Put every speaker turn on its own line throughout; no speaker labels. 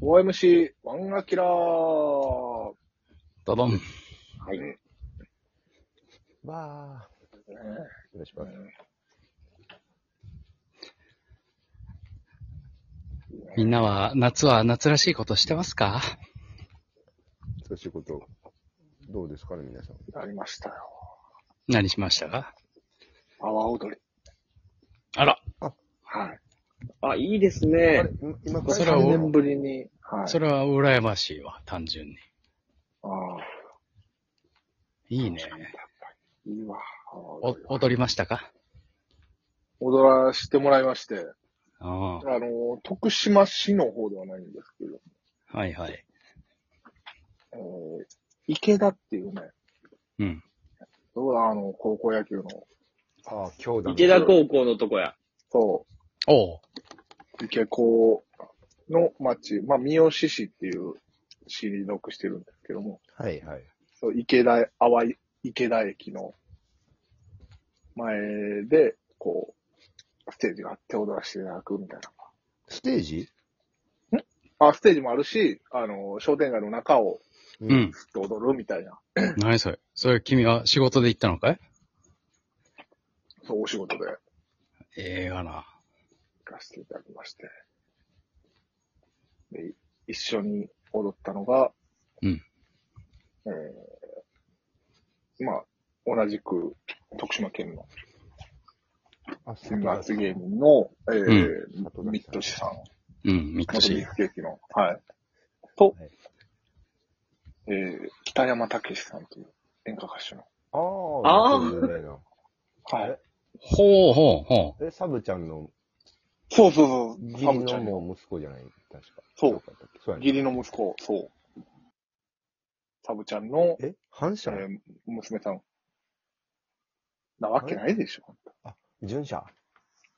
OMC、ワンアキラー。は
ドドン。
い。ね
わあ。お願いします。
みんなは、夏は夏らしいことしてますか
そういうこと、どうですかね、皆さん。
ありましたよ。
何しましたか
阿波踊り。
あら、
はい。
あ、いいです
あ
ね
れ。今今から
それは
3年ぶりに。はい。
それは羨ましいわ、単純に。
ああ、
いいね。
いいわ。阿波
お
踊り、
踊りましたか
踊らせてもらいまして、
あ
あの、徳島市の方ではないんですけど、
あ、はいはい。
えー、池田っていうね、
うん。
どうだ、あの、高校野球の、
ああ、今日だ、
池田高校のとこや。
そ
おう。
う、池高の町、まあ、三好市っていう市に属してるんですけども、
はいはい。
そう、池田、淡い池田駅の前で、こう、ステージがあって踊らせていただくみたい
ステージ
な。あ、ステージもあるし、あの、商店街の中を
う
うん。
ずっと踊るみたいな、
何それそれ君は仕事で行ったのかい
そう、お仕事で行
ええがな。
かせていただきまして。で、一緒に踊ったのが、
うん。
えー、まあ、同じく徳島県の
あ、すみませ
夏
ん。
芸人の、えー
うん
ミッドシさん
うん、ミッド
元
シ
ビー
ー。
フケーキの、はい。と、
はい
えー、北山武さんという演歌歌手の。
ああ、
あ
そ
ー
うじゃないな。
はい。
ほうほうほ
え、サブちゃんの
そうそうそう。
義
サ
理
ブちゃ
の
んの。
もう息子じゃない確か。
そう
だったっけ。そうやね
義理の息子、そう。サブちゃんの、
え、反
え
射
ー、娘さん。なわけないでしょ。
純射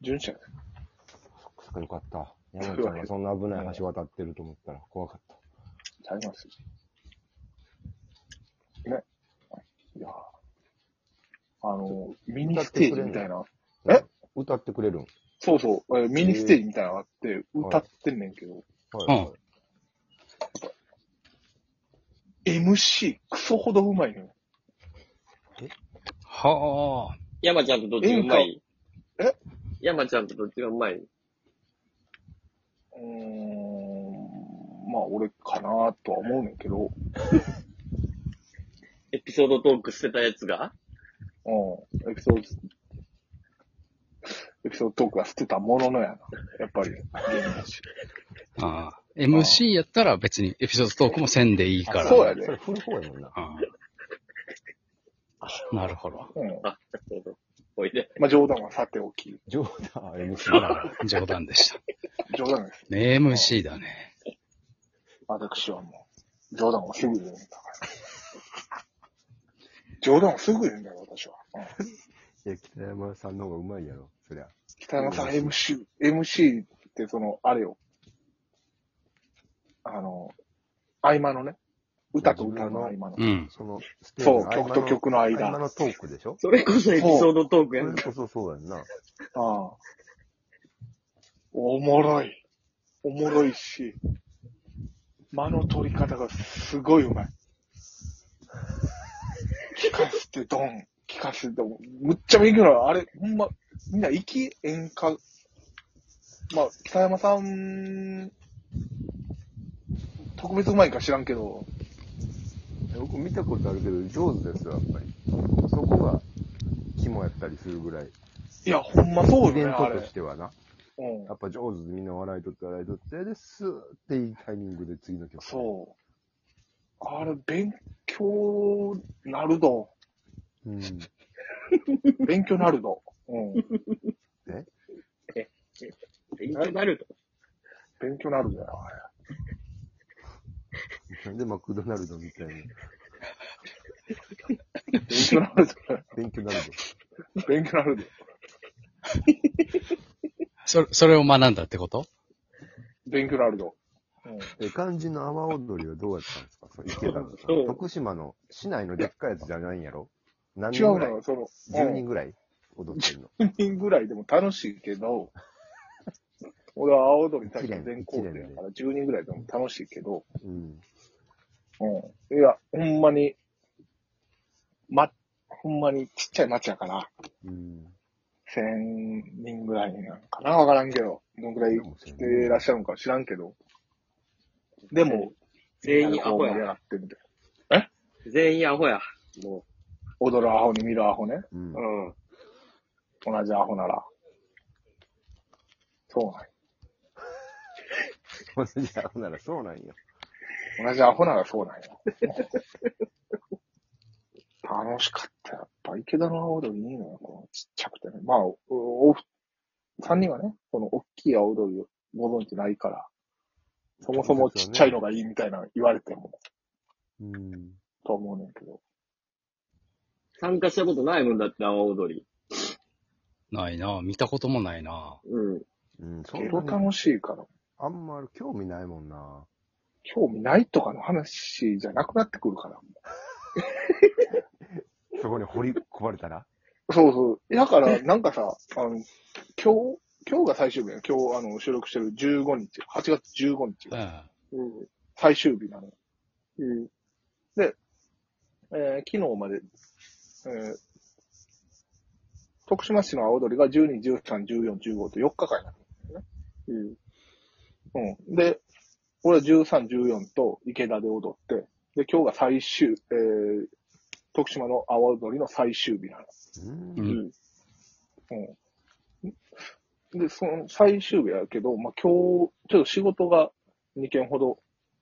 純ちゃん。
そっかそっかよかった。山ちゃんがそんな危ない橋渡ってると思ったら怖かっ
ちゃいますよね。いやあの、ミニステージみたいな。
た。
え
歌ってくれるん
そうそう、えーミニステージみたいなのがあって、歌ってんねんけど、
はい。
MC、クソほどうまいのよ。
う。はあ。
山ちゃんとどっちがうまい
演歌え
山ちゃんとどっちがうまいう
ーん、まあ俺かなとは思うねんけど、
エピソードトークしてたやつが
うん、エピソード、エピソードトークは捨てたもののやな。やっぱり、芸人だし。
ああ。MC やったら別にエピソードトークもせんでいいから。
あそうやね
それ振る方やもんな。
ああ。なるほど。
うん。
あ、そうそう。おいで。
まあ冗談はさておき、
冗談、MC
あ。らら、冗談でした。
冗談です。
ね MC だね。
私はもう、冗談をすぐ言うんだから。冗談をすぐ言うんだよ、私は。うん、
いや、北山さんの方がうまいやろ、そりゃ。
北山さん MC、MC ってその、あれよ。あの、合間のね、歌と歌の合間の。
うん。
その、ステージ
そ
の
う、
合間
曲
の
と曲の間。
合間のトークでしょ
それこそエピソードトー
そ
クや
れ
んか。
こそそうやんな。
ああ。おもろい。おもろいし、間の取り方がすごいうまい。聞かせてドン、聞かせてドン。むっちゃ勉強なの。あれ、ほんま、みんな息演歌。まあ、北山さん、特別うまいか知らんけど、
僕見たことあるけど、上手ですよ、やっぱり。そこが、肝やったりするぐらい。
いや、ほんまそうよ
イベ
ね、
ン
あ
ト
れ
とし。てはな。
うん
や。っぱ上手でみんな笑いとって笑いとって、で、スーっていいタイミングで次の曲。
そう。あれ、勉強なるど。
う。うん。
勉強なるど。うん。
勉強になると。
勉強なるんだよ、あれ。
なんでマクドナルドみたいな。
勉強なる
勉強になる
ど。勉強なるど。
それ、それを学んだってこと
勉強なるど。うん。
で。え、漢字の阿波踊りはどうやったんですかそう、池田のさ
そう
徳島の市内のでっかいやつじゃないんやろ何
違
人
う
ぐ
の
らい
よ、その、
?10
う
人
ん
ぐらい踊ってるの。
10人ぐらいでも楽しいけど、俺は青鳥大会全校生やから10人ぐらいでも楽しいけど、
うん。
うん。いや、ほんまに、ま、ほんまにちっちゃい町やから、
うん。
1000人ぐらいなんかなわからんけど、どんぐらい来てらっしゃるのか知らんけど。でも、
全員アホ
みんなでこう盛り上
や。
がってみて。
全員アホや。も
踊るアホに見るアホね。
うん
う。うん。
同じアホなら。そうなんよ
同 じアホならそうなんよ。
同じアホならそうなんよ。楽しかった。やっぱ池田の青鳥いいのよ、このちっちゃくてね。まあ、お、お、三人はね、この大きい青鳥をご存知ないから、そもそもちっちゃいのがいいみたいな言われても、
うん。
と思うねんけど。
参加したことないもんだって、阿波踊り。
ないな見たこともないな
うん。
うん、そ
結
んなに
楽しいから、
あんまり興味ないもんな。
興味ないとかの話じゃなくなってくるから。
そこに掘り込まれたら
そうそう。だから、なんかさ、あの、今日、今日が最終日や。今日、あの、収録してる15日、8月15日
う
が
ん。
うん。
最終日なの。
うん。
えー昨日まで、えー徳島市の青鳥が12、13、14、15と4日間や
うん。
なの。うん。で、俺は13、14と池田で踊って、で、今日が最終、えー徳島の青鳥の最終日なの。
う。。
うん
うんん。
うん。で、その最終日やけど、まあ、今日、ちょっと仕事が2件ほど、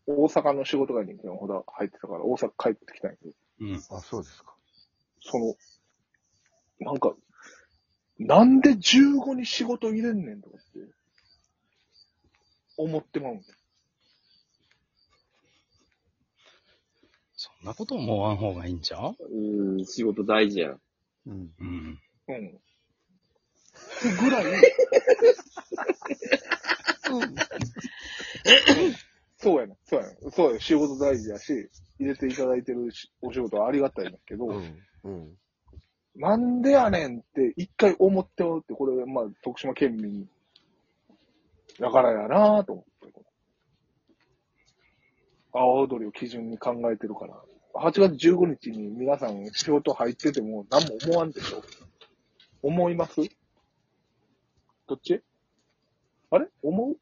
大阪の仕事が2件ほど入ってたから、大阪帰ってきたんやけど、
うん。
あ、そうですか。
その、なんか、なんで15に仕事入れんねんとかって、思ってまうんだよ
そんなこと思わん方がいいんちゃう
うん。仕事大事やん。
うん。
うん。
うん。ぐらい、そうやねそうやねそうや、仕事大事やし、入れていただいてるしお仕事はありがたいんだけど、
うん。うん。
なんでやねんって一回思っておって、これ、まあ、徳島県民だからやなぁと思って。阿波踊りを基準に考えてるから。8月15日に皆さん仕事入ってても何も思わんでしょ思いますどっちあれ思う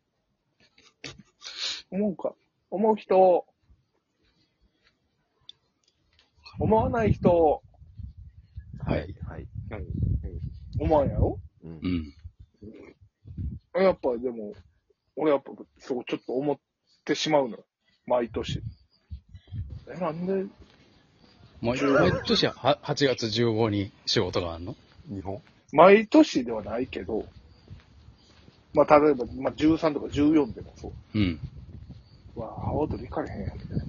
思うか思う人思わない人
はい。
はい。
はい。
思わんやろ
うん
う。ん。
やっぱでも、俺やっぱそうちょっと思ってしまうのよ。毎年。え、なんで
毎毎年は8月15に仕事があるの
日本
毎年ではないけど、まあ例えば、まあ、13とか14でもそう。
うん。
うわあ、青鳥行かれへんやん、みたいな。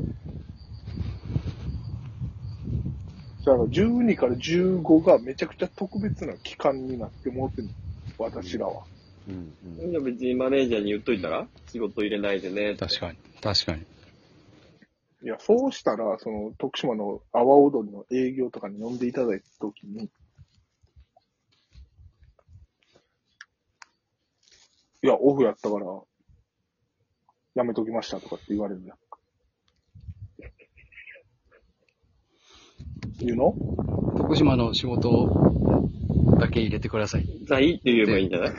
だから12から15がめちゃくちゃ特別な期間になってもってんの私らは。
うん。うん。
じゃあ別にマネージャーに言っといたら仕事入れないでね。
確かに。確かに。
いや、そうしたら、その、徳島の阿波踊りの営業とかに呼んでいただいたときに、いや、オフやったから、やめときましたとかって言われるやんか。言うの
徳島の仕事だけ入れてください。
に。じゃあいいって言えばいいんじゃない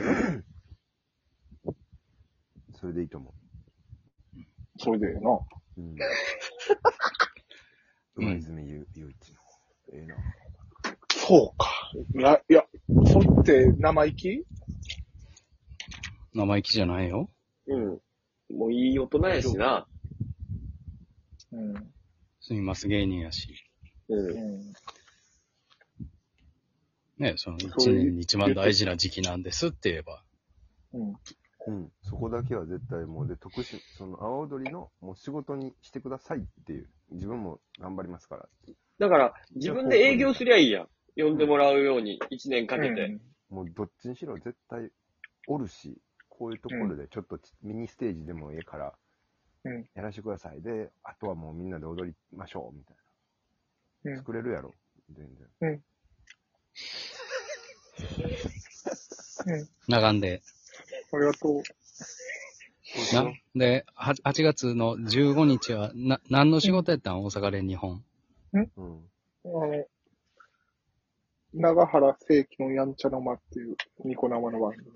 それでいいと思
それでええな。
う。うん。上泉雄雄一の。ええな。
そうか。な、いや、それって生意気
生意気じゃないよ。
うん。もういい大人やしな。
うん。う
すみます芸人やし。
うん。
ん。
ね、その一年に一番大事な時期なんですって言えば。
うん。
うん。そこだけは絶対もう、で、特殊、その、阿波踊りの、もう仕事にしてくださいっていう。自分も頑張りますから。
だから、自分で営業すりゃいいやん。呼んでもらうように、一年かけ
う
て。
ん
もうどっちにしろ絶対おるし、こういうところでちょっとちミニステージでもいいから
うん、
やらせてください。で、あとはもうみんなで踊りましょう、みたい
うん
な。作れるやろ、全然。
うん。
長んで。
ありがとう。
なで、は8月の15日は、な、何の仕事やったん大阪で日本。
うん。
あの、長原正規のやんちゃの間っていうニコ生の番組。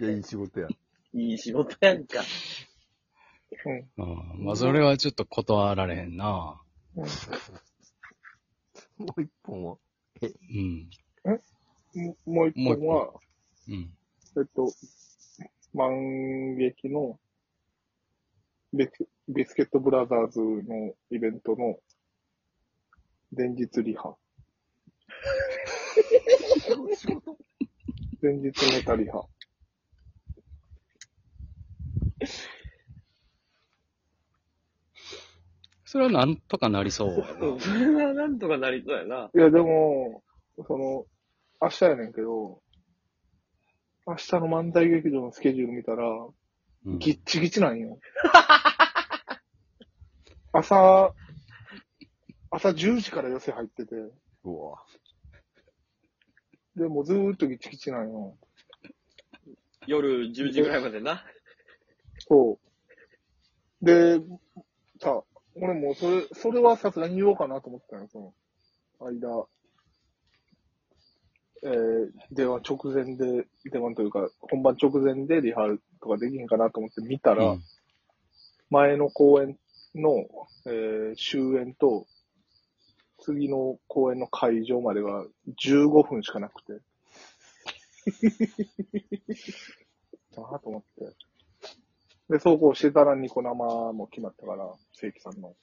いや、いい仕事や。
いい仕事やんか。
うん。まあ、それはちょっと断られへんな。
もう一本は。
うん。
うん。ももう一本は、
うん。
えっと、万劇のビスビスケットブラザーズのイベントの前日リハ。前日ネタリハ。
それはなんとかなりそうやな。
それはなんとかなりそうやな。
いや、でも、その、明日やねんけど、明日の漫才劇場のスケジュール見たら、
うん
ギッチギチなんよ。朝、朝10時から寄せ入ってて、
うわ
で、もうずーっとギチギチなんよ。
夜10時ぐらいまでな。
そう。で、さ、俺もうそれ、それはさすがに言おうかなと思ってたよ、その、間。えー、電話直前で、電話というか、本番直前でリハとかできへんかなと思って見たら、
うん
前の公演の、えー終演と、次の公演の会場までが15分しかなくて。 ああ、と思って。で、そうこうしてたらニコ生も決まったから、正規さんの。